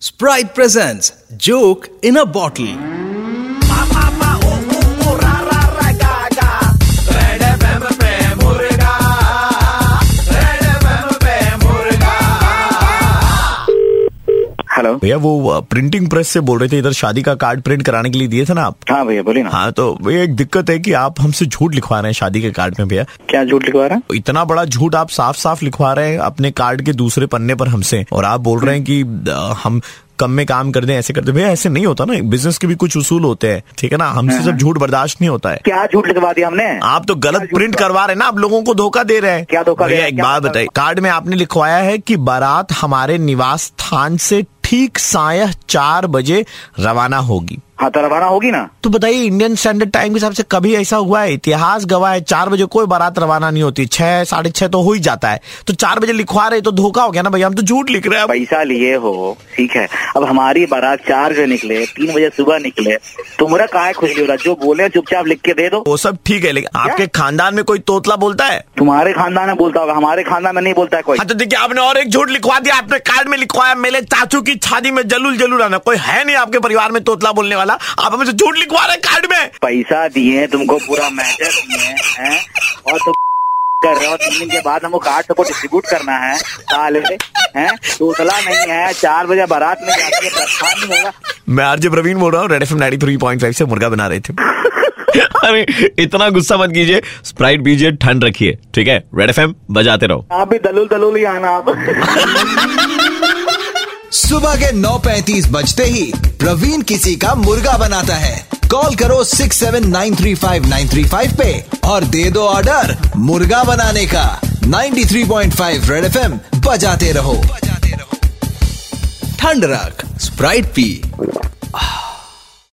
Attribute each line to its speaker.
Speaker 1: Sprite presents Joke in a Bottle.
Speaker 2: Hello
Speaker 3: भैया वो printing press से बोल रहे थे इधर शादी का कार्ड प्रिंट कराने के लिए दिए थे ना आप
Speaker 2: हाँ भैया बोलिए ना
Speaker 3: हाँ तो भैया एक दिक्कत है कि आप हमसे झूठ लिखवा रहे हैं शादी के कार्ड में भैया
Speaker 2: क्या झूठ लिखवा रहा है
Speaker 3: इतना बड़ा झूठ आप साफ साफ लिखवा रहे हैं अपने कार्ड के दूसरे पन्ने पर हमसे और आप बोल रहे हैं कि अ, हम कम में काम कर दें ऐसे करते भैया ऐसे नहीं होता ना बिजनेस के भी कुछ उसूल होते हैं ठीक है ना हमसे सब झूठ बर्दाश्त नहीं होता है
Speaker 2: क्या झूठ लिखवा दिया हमने
Speaker 3: आप तो गलत
Speaker 2: क्या
Speaker 3: प्रिंट
Speaker 2: झूठ
Speaker 3: करवा रहे हैं ना आप लोगों को धोखा दे रहे हैं
Speaker 2: हाँ, क्या धोखा दे
Speaker 3: भैया
Speaker 2: रहे हैं?
Speaker 3: एक
Speaker 2: क्या
Speaker 3: बात
Speaker 2: धोखा
Speaker 3: बताइए कार्ड में आपने लिखवाया है कि बारात हमारे निवास स्थान से ठीक सायं चार बजे रवाना होगी
Speaker 2: हाँ तो रवाना होगी ना
Speaker 3: तो बताइए इंडियन स्टैंडर्ड टाइम के हिसाब से कभी ऐसा हुआ है इतिहास गवाह है चार बजे कोई बारात रवाना नहीं होती छह साढ़े छह तो हो ही जाता है तो चार बजे लिखवा रहे तो धोखा हो गया ना भैया हम तो झूठ लिख रहे हैं अब।
Speaker 2: पैसा लिए हो ठीक है अब हमारी बारात चार बजे निकले तीन बजे सुबह निकले तुम्हारा काय खुजली हो रहा जो बोले चुपचाप लिख के दे दो
Speaker 3: वो सब ठीक है लेकिन आपके खानदान में कोई तोतला बोलता है
Speaker 2: तुम्हारे खानदान में बोलता होगा हमारे खानदान में नहीं बोलता है कोई
Speaker 3: हाँ तो देखिए आपने और एक झूठ लिखवा दिया आपने कार्ड में लिखवाया मेरे चाचू की शादी में जलूल जलूल आना कोई है नहीं आपके परिवार में तोतला बोलने वाला आप हमसे झूठ लिखवा रहे हैं कार्ड में
Speaker 2: पैसा दिए तुमको पूरा मैटर दिए हैं और तुम कर रहे हो तीन दिन के बाद हमको कार्ड सबको डिस्ट्रीब्यूट करना है साले हैं तोतला नहीं है चार बजे बारात में जाती है प्रस्थान नहीं होगा
Speaker 3: मैं आरजे प्रवीण बोल रहा हूँ red F ninety three point five से मुर्गा बना रहे थे अरे इतना गुस्सा मत कीजिए स्प्राइट पीजिए ठंड रखिए ठीक है रेड एफ बजाते रहो
Speaker 2: आप भी दलुल दलुल ही आना आप
Speaker 4: सुबह के 9:35 बजते ही प्रवीण किसी का मुर्गा बनाता है कॉल करो 6793593 पे और दे दो ऑर्डर मुर्गा बनाने का 93.5 रेड एफएम बजाते रहो
Speaker 1: ठंड रख स्प्राइट पी